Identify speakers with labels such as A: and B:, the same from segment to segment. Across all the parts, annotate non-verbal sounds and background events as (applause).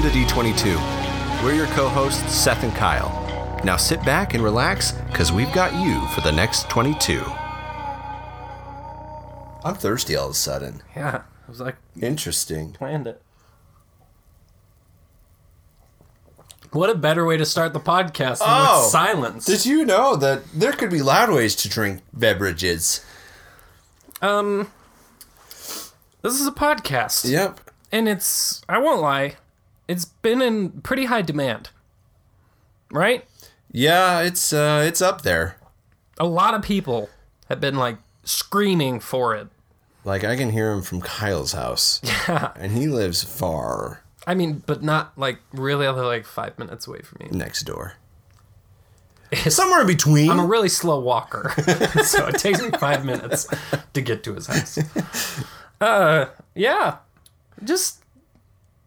A: the D22. We're your co hosts, Seth and Kyle. Now sit back and relax, because we've got you for the next 22. I'm thirsty all of a sudden.
B: Yeah, it was like
A: Interesting.
B: planned it. What a better way to start the podcast than
A: Oh.
B: with silence.
A: Did you know that there could be loud ways to drink beverages?
B: um, this is a podcast,
A: Yep.
B: and it's I won't lie, it's been in pretty high demand. Right,
A: Yeah, it's uh, it's up there.
B: a lot of people have been like screaming for it.
A: Like I can hear him from Kyle's house. (laughs) Yeah. And he lives far
B: I mean, but not like really only like five minutes away from me.
A: next door. Somewhere in between.
B: I'm a really slow walker, (laughs) so it takes me five minutes to get to his house. Uh, yeah, just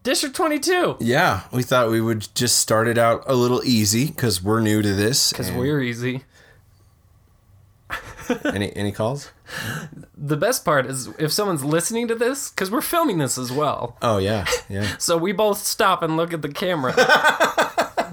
B: District 22
A: yeah, we thought we would just start it out a little easy because we're new to this.
B: because
A: and-
B: we're easy.
A: any any calls?
B: The best part is if someone's listening to this because we're filming this as well,
A: Oh yeah, yeah.
B: so we both stop and look at the camera.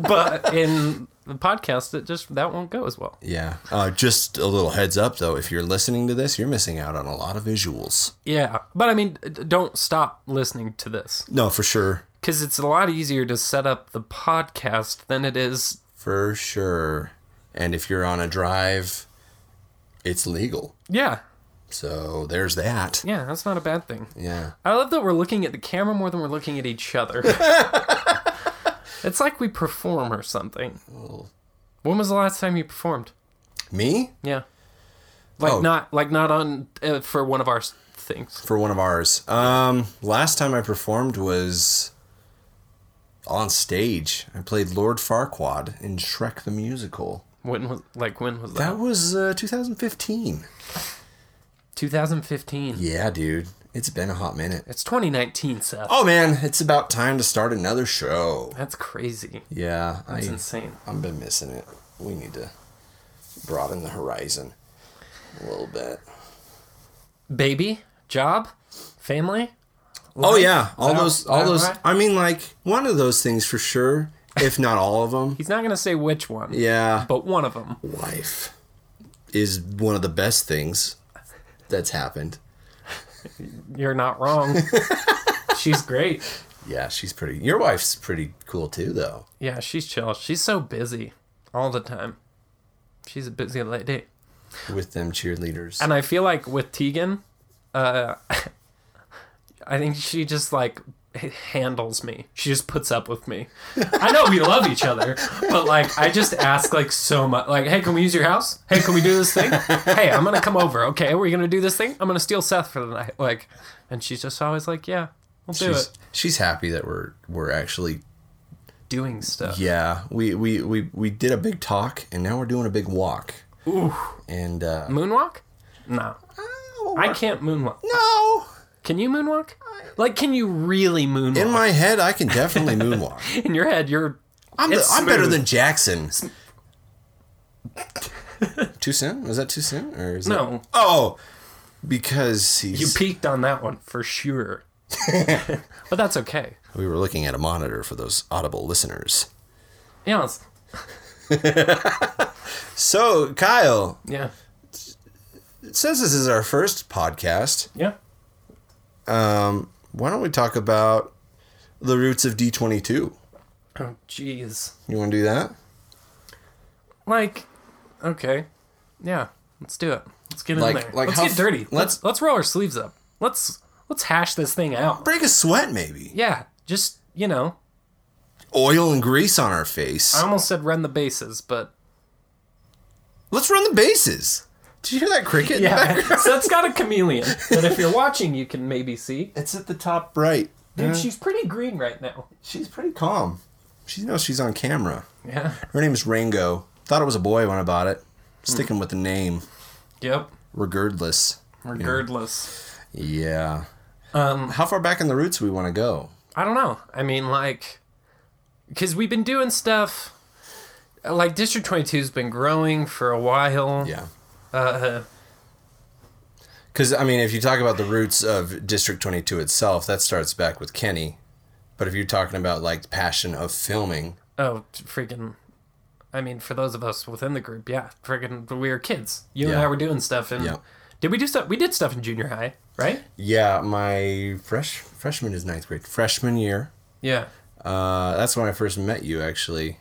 B: but in the podcast, it just that won't go as well.
A: Yeah. Uh, just a little heads up though, if you're listening to this, you're missing out on a lot of visuals.
B: Yeah, but I mean, d- don't stop listening to this.
A: No, for sure.
B: because it's a lot easier to set up the podcast than it is.
A: For sure. And if you're on a drive, it's legal.
B: Yeah,
A: So there's that.
B: yeah, that's not a bad thing.
A: Yeah.
B: I love that we're looking at the camera more than we're looking at
A: (laughs)
B: each other. it's like we perform or something. When was the last time you performed?
A: Me?
B: Yeah, like
A: Oh.
B: not like not on uh, for one of our s- things.
A: For one of ours. Um last time I performed was on stage. I played Lord Farquaad in Shrek the Musical.
B: When was like when was that?
A: That was uh, 2015.
B: 2015.
A: Yeah, dude. It's been a hot minute.
B: It's 2019, Seth.
A: Oh man, it's about time to start another show.
B: That's crazy.
A: Yeah, I,
B: It's insane.
A: I've been missing it. We need to broaden the horizon a little bit.
B: Baby, job, family.
A: Oh yeah, all
B: that-
A: those, all
B: that
A: those.
B: right?
A: I mean, like one of those things for sure, if not all of them.
B: He's not gonna say which one.
A: Yeah,
B: But one of them.
A: life is one of the best things that's happened.
B: You're
A: (laughs)
B: not wrong. she's great.
A: Yeah, she's pretty. Your wife's pretty cool too, though.
B: Yeah, she's chill. She's so busy all the time. She's a busy lady.
A: With them cheerleaders.
B: And I feel like with Tegan, uh, (laughs) I think she just like h- handles me. She just puts up with me. I know we love each other, but like I just ask like so much. Like, hey, can we use your house? Hey, can we do this thing? Hey, I'm gonna come over. Okay, we're gonna do this thing. I'm gonna steal Seth for the night. Like, and she's just always like, yeah, we'll do
A: she's,
B: it.
A: she's happy that we're we're actually
B: Doing stuff.
A: yeah we we we we did a big talk and now we're doing a big walk. Ooh. And uh, ah,
B: Moonwalk? No. Mm. I can't moonwalk.
A: no.
B: Can you moonwalk? Like, can you really moonwalk?
A: Uh, In
B: In,
A: my head, I can definitely
B: (laughs)
A: moonwalk.
B: your head, you're.
A: I'm, the,
B: It's
A: I'm better
B: smooth.
A: than Jackson. (laughs) too soon? Was that too soon? Or is
B: No.
A: That... Oh, because he's.
B: You peaked on that one for
A: (laughs)
B: sure. but that's okay.
A: we were looking at a monitor for those audible listeners.
B: Yeah. it's-
A: So Kyle,
B: Yeah.
A: since this is our first podcast,
B: Yeah.
A: Um, why don't we talk about the roots of D22? You
B: Oh, jeez.
A: want to do that?
B: Like, okay. Yeah. Let's do it. Let's get
A: Like-
B: in there.
A: like
B: let's
A: how
B: get
A: f-
B: dirty.
A: let's-
B: Let's, let's roll our sleeves up. Let's let's hash this thing out.
A: Break a sweat, maybe.
B: Yeah. Just you know,
A: Oil and grease on our face.
B: I almost said run the
A: (laughs)
B: bases, but
A: Let's run the bases. Did you hear that cricket? in the background?
B: yeah. (laughs) so it's got a chameleon. But if you're watching, you can maybe see.
A: It's at the top right.
B: Dude, she's pretty green right now.
A: She's pretty calm. She knows she's on camera.
B: Yeah.
A: Her name is Rango. Thought it was a boy when I bought it. Sticking with the name,
B: Yep.
A: regardless.
B: Regardless.
A: Yeah.
B: Um,
A: How far back in the roots we want to go?
B: I don't know. I mean, like, because we've been doing stuff. Like District Twenty Two's been growing for a while.
A: Yeah.
B: Uh,
A: Because I mean, if you talk about the roots of District Twenty Two itself, that starts back with Kenny, But if you're talking about like passion of filming,
B: Oh, t- freaking. I mean, for those of us within the group, yeah, freaking, we were kids. You and
A: Yeah.
B: I were doing stuff, and
A: Yeah.
B: did we do stuff? We did stuff in junior high, right?
A: yeah, my fresh freshman is ninth grade. Freshman year,
B: Yeah.
A: uh, that's when I first met you. Actually,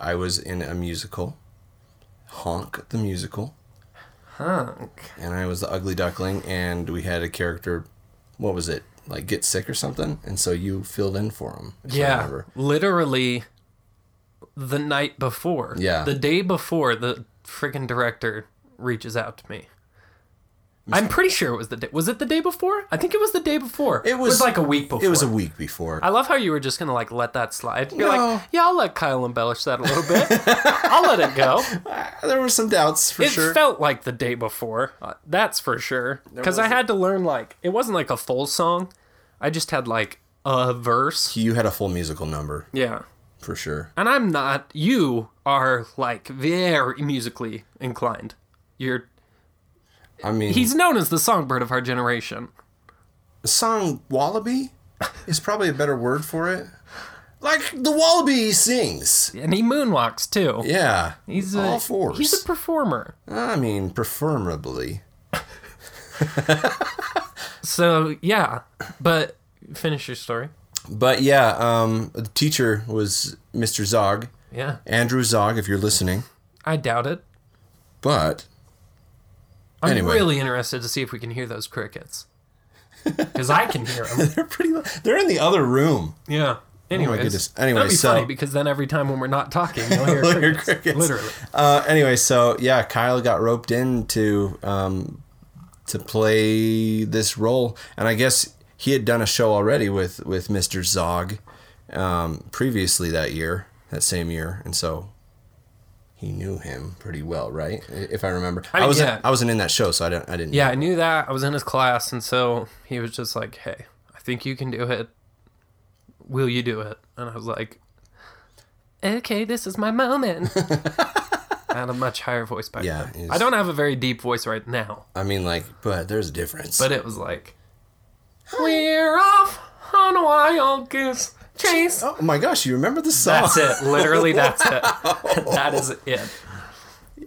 A: I was in a musical, Honk the musical,
B: Hunk.
A: and I was the ugly duckling, and we had a character. What was it? Like get sick or something, and so you filled in for him. if I
B: Yeah.
A: remember.
B: Literally, the night before.
A: Yeah.
B: The day before, the freaking director reaches out to me. I'm pretty sure it was the day. Was it the day before? I think it was the day before.
A: It was-
B: like a week before.
A: It was a week before.
B: I love how you were just gonna like let that slide. You're
A: No.
B: like, yeah, I'll let Kyle embellish that a
A: (laughs)
B: little bit. I'll let it go.
A: Uh, there were some doubts for
B: it
A: sure.
B: felt like the day before. uh, That's for sure. Because I
A: wasn't-
B: had to learn like it wasn't like a full song. I just had like a verse.
A: you had a full musical number
B: Yeah.
A: for sure.
B: And I'm not. You are like very musically inclined. You're.
A: I mean,
B: He's known as the songbird of our generation.
A: song wallaby is probably a better word for it. Like the wallaby sings.
B: And he moonwalks too.
A: Yeah.
B: He's a,
A: all fours.
B: He's a performer.
A: I mean, preferably.
B: So yeah. But finish your story.
A: But yeah, um, the teacher was Mr. Zog,
B: Yeah.
A: Andrew Zog, if you're listening.
B: I doubt it.
A: But
B: I'm
A: Anyway.
B: really interested to see if we can hear those crickets. (laughs) Because I can hear them.
A: they're pretty. lo- They're in the other room.
B: Yeah. Anyways,
A: Oh goodness. Anyway,
B: that'd be
A: so-
B: funny because then every time when we're not talking, you'll
A: (laughs)
B: hear
A: You'll hear
B: crickets.
A: crickets.
B: Literally.
A: Uh, anyway, so yeah, Kyle got roped in to um, to play this role, and I guess he had done a show already with with Mr. Zog um, previously that year, that same year, and so he knew him pretty well, right? If I remember, I,
B: mean,
A: wasn't
B: yeah.
A: I wasn't in that show, so I don't I didn't.
B: Yeah, I knew that. I was in his class, and so he was just like, "Hey, I think you can do it. Will you do it?" And I was like, "Okay, this is my
A: (laughs)
B: moment." I had a much higher voice back
A: Yeah,
B: then.
A: it's-
B: I don't have a very deep voice right now,
A: I mean, like, but there's a difference.
B: but it was like, "We're off on a wild goose chase."
A: oh my gosh, you remember the song?
B: That's it. Literally, that's
A: (laughs)
B: it. that is it.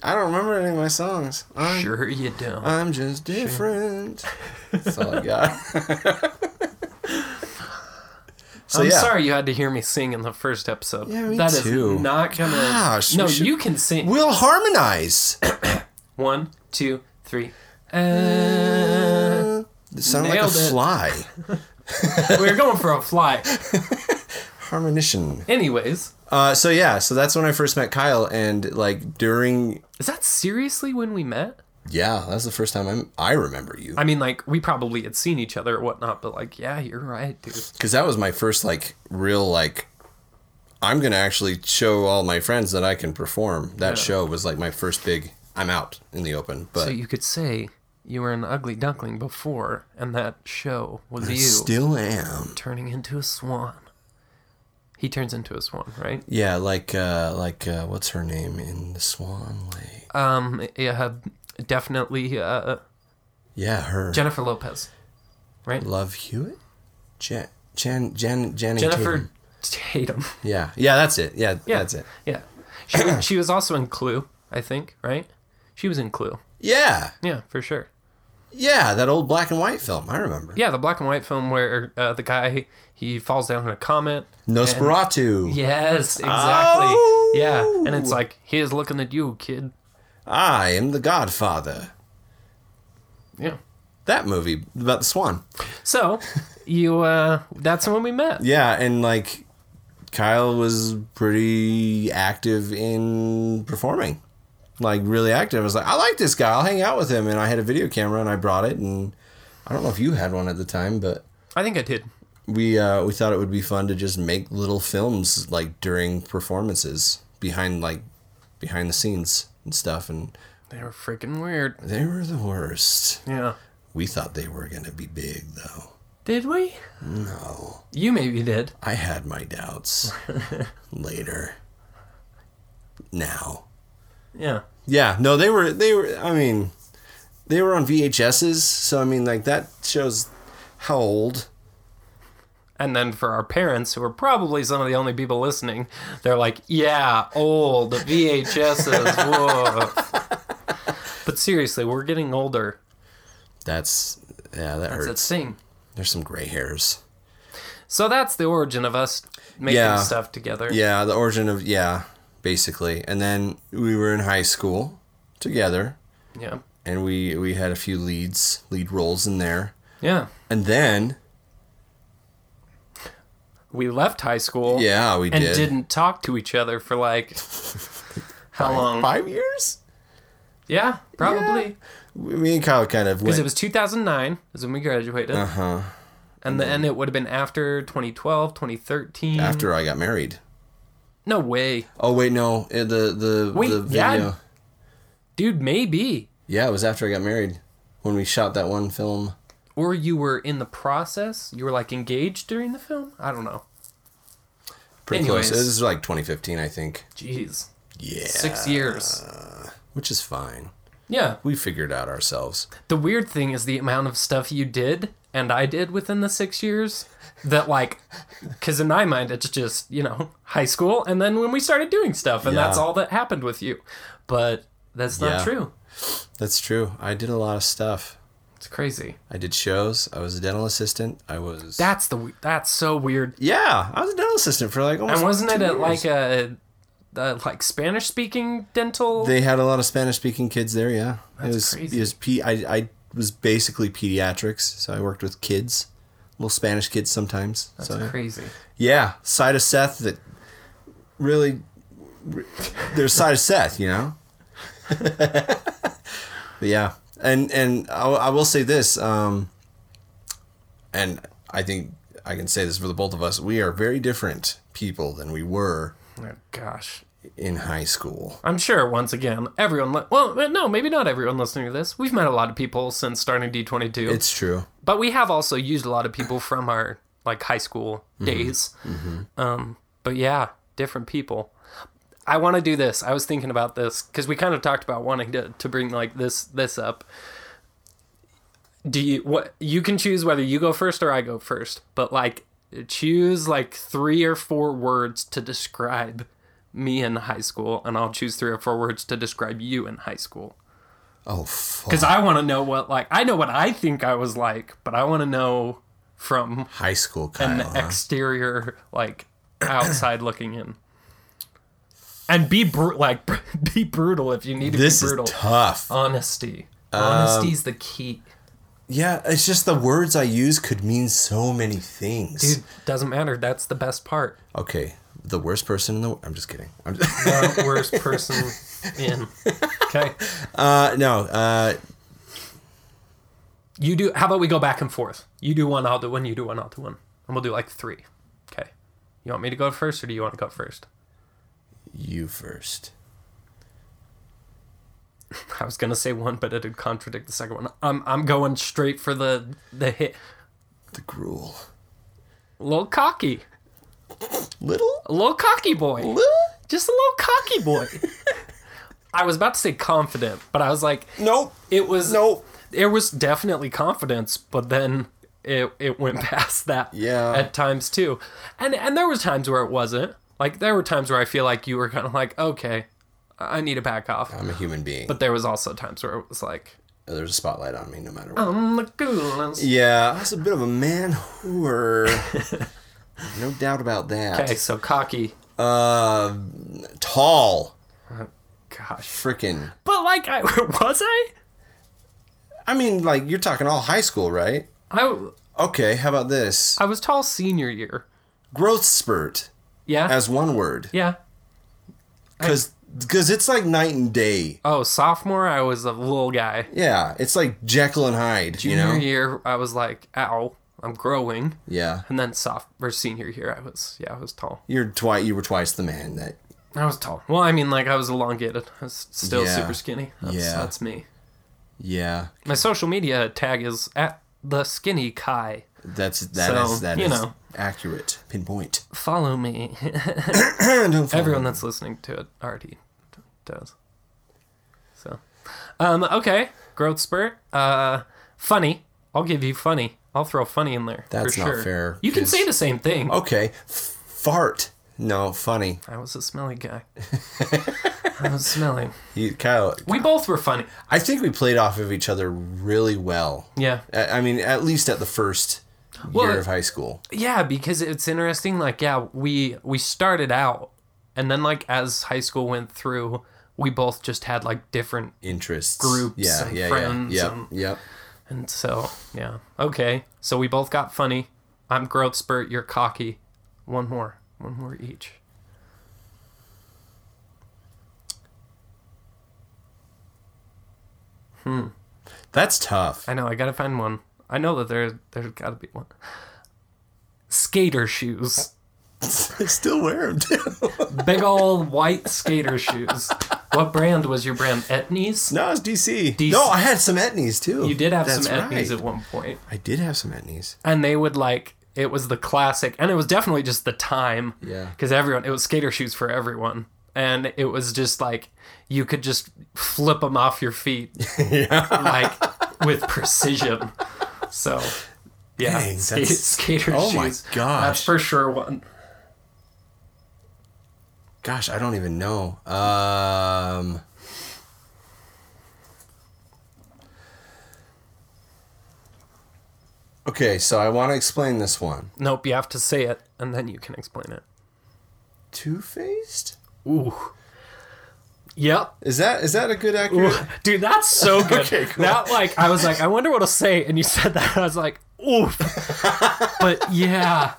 A: I don't remember any of my songs. I'm,
B: Sure you don't.
A: I'm just different.
B: (laughs)
A: That's all I got. so
B: I'm
A: yeah.
B: sorry you had to hear me sing in the first episode.
A: Yeah, me
B: That is
A: too.
B: not gonna.
A: Gosh,
B: no,
A: we should-
B: you can sing.
A: We'll
B: (clears throat)
A: harmonize.
B: One, two, three. Uh,
A: It sounded like
B: Nailed
A: a
B: it.
A: fly.
B: we're going for a fly.
A: Harmonition.
B: Anyways,
A: Uh, so yeah, so that's when I first met Kyle, and like during
B: is that seriously when we met?
A: yeah, that's the first time I'm, I remember you
B: I mean, like, we probably had seen each other or whatnot, but like, yeah, you're right, dude.
A: because that was my first like real like I'm gonna actually show all my friends that I can perform. That show was like my first big I'm out in the open, but
B: So you could say you were an ugly duckling before, and that show was you
A: still am.
B: turning into a swan. He turns into a swan, right?
A: Yeah, like uh like uh what's her name in the Swan Lake?
B: Um, yeah, definitely uh,
A: yeah, her.
B: Jennifer Lopez.
A: Love Hewitt? Jan Jan Jan Janning
B: Jennifer
A: Tatum.
B: Tatum.
A: Yeah. Yeah, that's it. Yeah,
B: Yeah.
A: that's it.
B: Yeah. She, (coughs) she was also in Clue, I think, right? She was in Clue.
A: Yeah.
B: Yeah, for sure.
A: Yeah, that old black and white film, I remember.
B: Yeah, the black and white film where uh, the guy he falls down in a comet.
A: Nosferatu.
B: Yes, exactly.
A: Oh!
B: Yeah, and it's like he is looking at you, kid.
A: I am the godfather.
B: Yeah.
A: That movie about the swan.
B: So, (laughs) you uh that's when we met.
A: Yeah, and like Kyle was pretty active in performing. Like really active. I was like, I like this guy, I'll hang out with him and I had a video camera and I brought it and I don't know if you had one at the time, but
B: I think I did.
A: we uh, we thought it would be fun to just make little films like during performances behind like behind the scenes and stuff and
B: They were freaking weird.
A: they were the worst.
B: Yeah.
A: We thought they were gonna be big though.
B: Did we?
A: No.
B: You maybe did.
A: I had my doubts later. Now.
B: Yeah.
A: Yeah, no, they were they were I mean they were on VHSs, so I mean like that shows how old
B: And then for our parents, who are probably some of the only people listening, they're like, yeah,
A: (laughs)
B: old VHSs. Whoa. but seriously, we're getting older.
A: That's yeah, that
B: It's a
A: hurts.
B: thing.
A: There's some gray hairs.
B: So that's the origin of us making
A: Yeah.
B: stuff together.
A: Yeah, the origin of yeah, basically. And then we were in high school together,
B: Yeah.
A: and we we had a few leads, lead roles in there.
B: Yeah.
A: And then
B: We left high school
A: yeah, we
B: and
A: did
B: didn't talk to each other
A: (laughs)
B: for like how long?
A: five years.
B: Yeah, probably.
A: Me and Kyle kind of
B: Because
A: went.
B: it was 2009 is when we graduated.
A: uh huh.
B: And then it would have been after 2012, 2013.
A: After I got married.
B: No way.
A: Oh wait, no, eh, the the
B: Wait,
A: the
B: yeah.
A: video. Yeah.
B: Dude, maybe.
A: it was after I got married when we shot that one film.
B: Or you were in the process. You were like engaged during the film. I don't know.
A: Pretty
B: Anyways.
A: close. This is like 2015, I think.
B: Jeez.
A: Yeah.
B: Six years.
A: Which is fine.
B: Yeah.
A: We figured out ourselves.
B: The weird thing is the amount of stuff you did and I did within the six years that, like, because in my mind, it's just, you know, high school and then when we started doing stuff and that's
A: Yeah.
B: all that happened with you. But that's not
A: Yeah.
B: true.
A: That's true. I did a lot of stuff.
B: It's crazy.
A: I did shows. I was a dental assistant. I was
B: That's the we- that's so weird.
A: yeah. I was a dental assistant for like almost.
B: And wasn't
A: two
B: it at
A: years.
B: like a, a like Spanish speaking dental?
A: They had a lot of Spanish speaking kids there. Yeah, it was
B: crazy.
A: it was p I I was basically pediatrics, so I worked with kids, little Spanish kids sometimes.
B: That's
A: so
B: crazy.
A: yeah, side of Seth that really there's side of Seth, you
B: (laughs)
A: know. but yeah, and and I, I will say this, um, and I think I can say this for the both of us: we are very different people than we were
B: Oh, gosh.
A: in high school.
B: I'm sure once again, everyone, li- well, no, maybe not everyone listening to this. We've met a lot of people since starting D22,
A: It's true.
B: but we have also used a lot of people from our like high school days. Um, but yeah, different people. I want to do this. I was thinking about this because we kind of talked about wanting to, to bring like this this up. Do you what you can choose whether you go first or I go first, but like choose like three or four words to describe me in high school, and I'll choose three or four words to describe you in high school.
A: Oh, fuck.
B: Because I want to know what like I know what I think I was like, but I want to know from
A: high school Kyle.
B: an
A: huh?
B: exterior like outside looking in and be br- like br- (laughs) be brutal if you need to
A: this
B: be
A: is um,
B: brutal Uh,
A: tough.
B: honesty honesty's the key
A: yeah, it's just the words I use could mean so many things.
B: dude doesn't matter that's the best part
A: Okay, the worst person in the. I'm just kidding. I'm just, (laughs)
B: the worst person in okay
A: uh, no, uh,
B: you do how about we go back and forth you do one i'll do one you do one i'll do one and we'll do like three okay you want me to go first or do you want to go first
A: you first.
B: I was gonna say one, but it'd contradict the second one. I'm I'm going straight for the the hit.
A: The gruel.
B: Little cocky,
A: Little?
B: a little cocky boy.
A: Little?
B: just a little
A: (laughs)
B: cocky boy. I was about to say confident, but I was like,
A: Nope.
B: it was
A: Nope.
B: There was definitely confidence, but then it it went (laughs) past that.
A: Yeah.
B: At times too, and and there was times where it wasn't. Like there were times where I feel like you were kind of like, okay, I need to back off.
A: I'm a human being.
B: But there was also times where it was like,
A: There's a spotlight on me no matter what.
B: I'm the coolest.
A: Yeah, I was a bit of a man
B: (laughs)
A: whore. no doubt about that.
B: Okay, so cocky.
A: Uh, tall.
B: Gosh.
A: Frickin'.
B: But like, I (laughs) was I?
A: I mean, like, you're talking all high school, right?
B: I
A: Okay, how about this?
B: I was tall senior year.
A: Growth spurt
B: Yeah.
A: as one word.
B: yeah.
A: Because it's like night and day.
B: Oh, sophomore, I was a little guy.
A: Yeah, it's like Jekyll and Hyde, you
B: Junior
A: know?
B: year, I was like, ow, I'm growing.
A: Yeah.
B: And then sophomore, senior year, I was, yeah, I was tall.
A: You're twi- you were twice the man that
B: I was tall. Well, I mean, like, I was elongated. I was still
A: Yeah.
B: super skinny. That's,
A: Yeah.
B: that's me.
A: Yeah.
B: My social media tag is at the skinny Kai.
A: That's that is
B: So,
A: that
B: you
A: is
B: know.
A: accurate. Pinpoint.
B: Follow me.
A: Don't fall.
B: Everyone that's listening to it already d- does. So, um, okay, growth spurt. Uh, funny. I'll give you funny. I'll throw funny in there.
A: That's
B: for
A: not
B: sure.
A: fair, Oh.
B: You can
A: 'cause-
B: say the same thing.
A: Okay, F- fart. No, funny.
B: I was a smelly
A: (laughs)
B: guy. I was smelly.
A: You, Kyle,
B: We both were funny.
A: I think we played off of each other really well.
B: Yeah.
A: I I mean, at least at the first
B: Well,
A: year of high school.
B: Yeah, because it's interesting. Like, yeah, we we started out, and then like as high school went through, we both just had like different,
A: Interests,
B: groups and friends
A: yep,
B: and-
A: yep.
B: and so yeah, okay. So we both got funny. I'm growth spurt. You're cocky. One more, one more each.
A: That's tough.
B: I know. I gotta find one. I know that there there's gotta be one. Skater shoes.
A: (laughs) I still wear them
B: (laughs)
A: too.
B: Big old white skater shoes. What brand was your brand? Etnies?
A: no, it's DC.
B: DC.
A: No, I had some etnies too.
B: You did have
A: That's
B: some etnies
A: right.
B: at one point.
A: I did have some etnies.
B: And they would like it was the classic and it was definitely just the time.
A: Yeah.
B: Because everyone it was skater shoes for everyone. And it was just like you could just flip them off your feet
A: (laughs) yeah.
B: like with precision. So yeah, (laughs)
A: Dang,
B: ska-
A: that's-
B: skater
A: oh
B: shoes.
A: my
B: That's
A: gosh.
B: for sure one.
A: Gosh, I don't even know. Um, okay, so I want to explain this one.
B: Nope, you have to say it and then you can explain it.
A: Two faced?
B: Ooh. Yep.
A: Is that is that a good accurate?
B: Dude, that's so
A: (laughs)
B: good.
A: Okay, cool.
B: That like I was like, I wonder what I'll say, and you said that, and I was like,
A: (laughs)
B: oof. but yeah,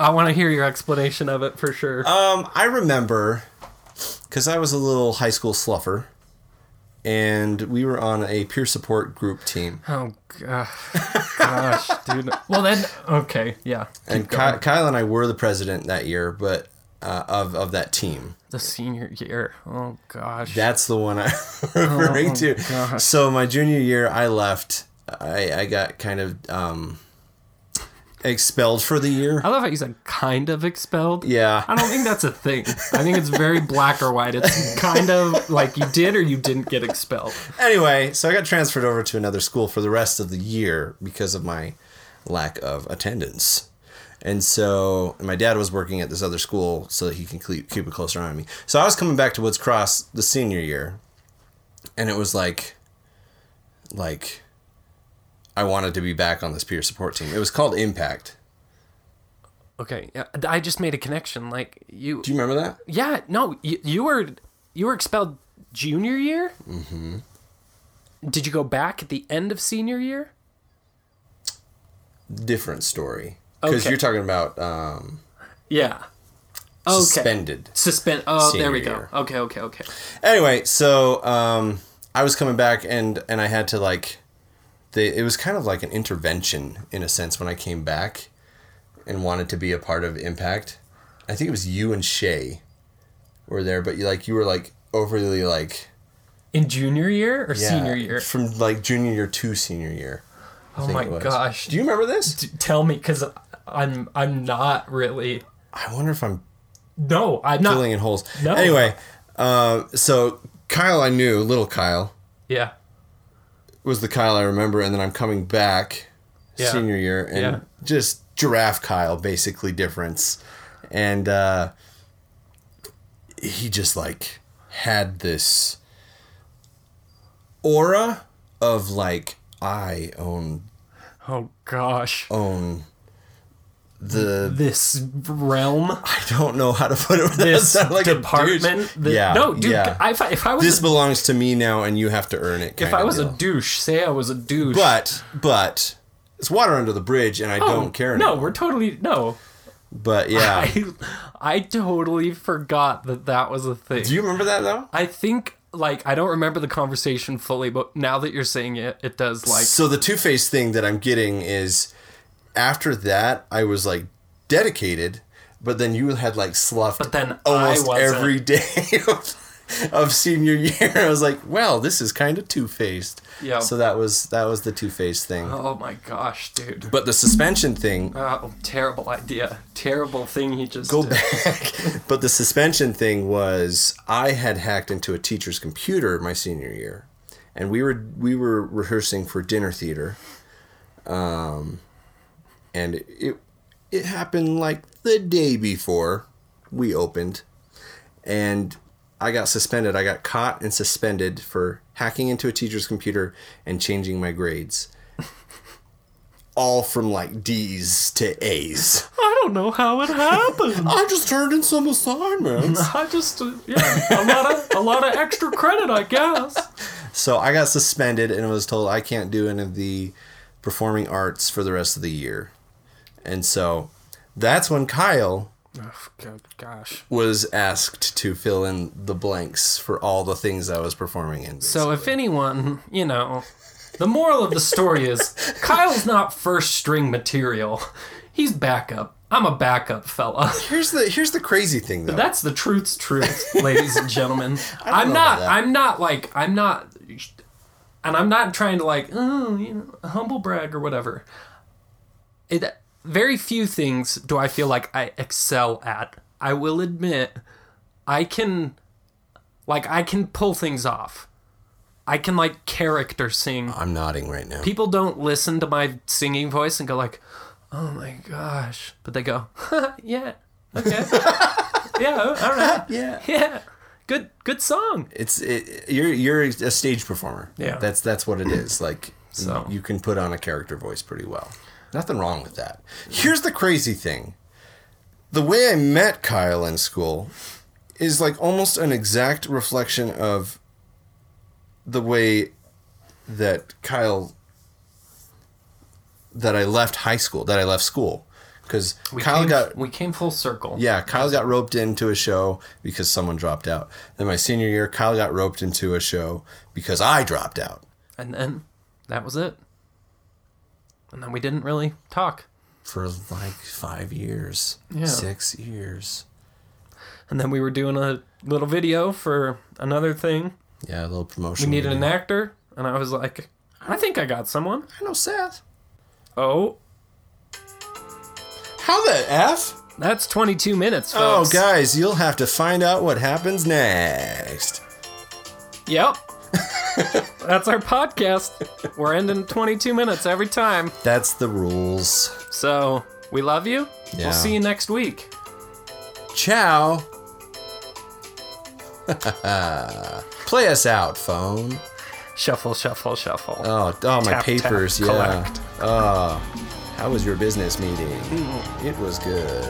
B: I want to hear your explanation of it for sure.
A: Um, I remember because I was a little high school sluffer, and we were on a peer support group team.
B: oh gosh, gosh, dude. Well then, okay, yeah.
A: and Ky- Kyle and I were the president that year, but uh, of of that team.
B: The senior year. Oh gosh.
A: That's the (laughs) one I'm referring to.
B: gosh.
A: So my junior year, I left. I, I got kind of um, expelled for the year.
B: I love how you said kind of expelled.
A: Yeah.
B: I don't think that's a thing. I think it's very black or
A: (laughs)
B: white. It's kind of like you did or you didn't get expelled.
A: Anyway, so I got transferred over to another school for the rest of the year because of my lack of attendance. And so and my dad was working at this other school so that he can keep keep a closer eye on me. So I was coming back to Woods Cross the senior year, and it was like, like, I wanted to be back on this peer support team. It was called Impact.
B: Okay, yeah, I just made a connection. Like you,
A: Do you remember that?
B: Yeah, no, you, you were you were expelled junior year. Mm-hmm. Did you go back at the end of senior year?
A: Different story. Because
B: Okay.
A: you're talking about um,
B: Yeah. Okay.
A: suspended.
B: Suspend. Oh, there we
A: Senior
B: go.
A: year.
B: Okay, okay, okay.
A: anyway, so um, I was coming back and and I had to like, the, it was kind of like an intervention in a sense when I came back, and wanted to be a part of Impact. I think it was you and Shay, were there, but you like you were like overly like
B: In junior year or
A: yeah,
B: senior year?
A: from like junior year to senior year. I
B: Oh
A: think
B: my
A: it was.
B: gosh!
A: Do you remember this?
B: D- Tell me, because I'm I'm not really.
A: I wonder if I'm
B: No, I'm not.
A: filling in holes.
B: No.
A: Anyway, uh, so Kyle, I knew little Kyle.
B: Yeah.
A: was the Kyle I remember, and then I'm coming back
B: Yeah.
A: senior year, and
B: Yeah.
A: just giraffe Kyle, basically difference, and uh, he just like had this aura of like I own
B: Oh gosh.
A: own the
B: This realm,
A: I don't know how to put (laughs) it. That
B: this
A: sounded like a douche.
B: department. thi-
A: yeah,
B: No, dude.
A: yeah.
B: I- If, I, if I was (laughs)
A: this belongs to me now, and you have to earn it.
B: if
A: kinda
B: I was
A: deal.
B: a douche, say I was a douche.
A: but but it's water under the bridge, and I don't care.
B: Oh, No,
A: anymore.
B: we're totally no.
A: But yeah.
B: (laughs) I I totally forgot that that was a thing.
A: Do you remember that though?
B: I think like I don't remember the conversation fully, but now that you're saying it, it does like
A: So the Two Face thing that I'm getting is after that I was like dedicated, but then you had like sloughed but
B: then I
A: almost
B: wasn't.
A: every (laughs) day of, of senior year. I was like, well, this is kind of two faced.
B: Yeah.
A: So that was that was the Two Face thing.
B: oh my gosh, dude.
A: But the suspension thing
B: Oh, terrible idea. Terrible thing he just
A: go
B: did.
A: back. (laughs) but the suspension thing was I had hacked into a teacher's computer my senior year, and we were we were rehearsing for dinner theater. Um, and it it happened like the day before we opened, and I got suspended. I got caught and suspended for hacking into a teacher's computer and changing my grades. All from like D's to A's.
B: I don't know how it happened.
A: (laughs) I just turned in some assignments.
B: I just uh, yeah, a lot of a lot of extra credit, I guess.
A: So I got suspended and was told I can't do any of the performing arts for the rest of the year. And so that's when Kyle
B: Oh, good gosh.
A: was asked to fill in the blanks for all the things I was performing in.
B: So if anyone, you know, the moral of the story is Kyle's not first string material. He's backup. I'm a backup fella.
A: here's the here's the crazy thing though.
B: That's the truth's truth, ladies and gentlemen. I'm
A: know about
B: not.
A: that.
B: I'm not like. I'm not. And I'm not trying to like, oh, you know, humble brag or whatever. It very few things do I feel like I excel at. I will admit, I can, like, I can pull things off. I can like character sing
A: I'm nodding right now.
B: people don't listen to my singing voice and go like, "Oh my gosh," but they go, (laughs) "Yeah,
A: (laughs)
B: okay, yeah, all right,
A: Yeah.
B: yeah, good, good song."
A: It's it, you're you're a stage performer.
B: Yeah.
A: That's that's what it is. Like
B: (clears throat) So.
A: you can put on a character voice pretty well. Nothing wrong with that. Here's the crazy thing. The way I met Kyle in school is like almost an exact reflection of the way that Kyle that I left high school, that I left school cuz
B: We
A: Kyle
B: came,
A: got
B: we came full circle.
A: yeah, Kyle got roped into a show because someone dropped out. Then my senior year, Kyle got roped into a show because I dropped out
B: and then that was it. And then we didn't really talk.
A: for like five years,
B: Yeah.
A: six years.
B: And then we were doing a little video for another thing.
A: Yeah, a little promotion.
B: We needed an
A: video.
B: actor, and I was like, "I think I got someone."
A: I know Seth.
B: Oh,
A: How the f?
B: that's 22 minutes.
A: Oh,
B: Folks.
A: guys, you'll have to find out what happens next.
B: Yep. That's our podcast. We're ending 22 minutes every time.
A: That's the rules.
B: So we love you.
A: Yeah.
B: We'll see you next week.
A: Ciao. (laughs) Play us out, phone.
B: Shuffle, shuffle, shuffle.
A: Oh, oh my
B: Tap, tap,
A: papers, yeah.
B: collect.
A: Oh, how was your business meeting? It was good.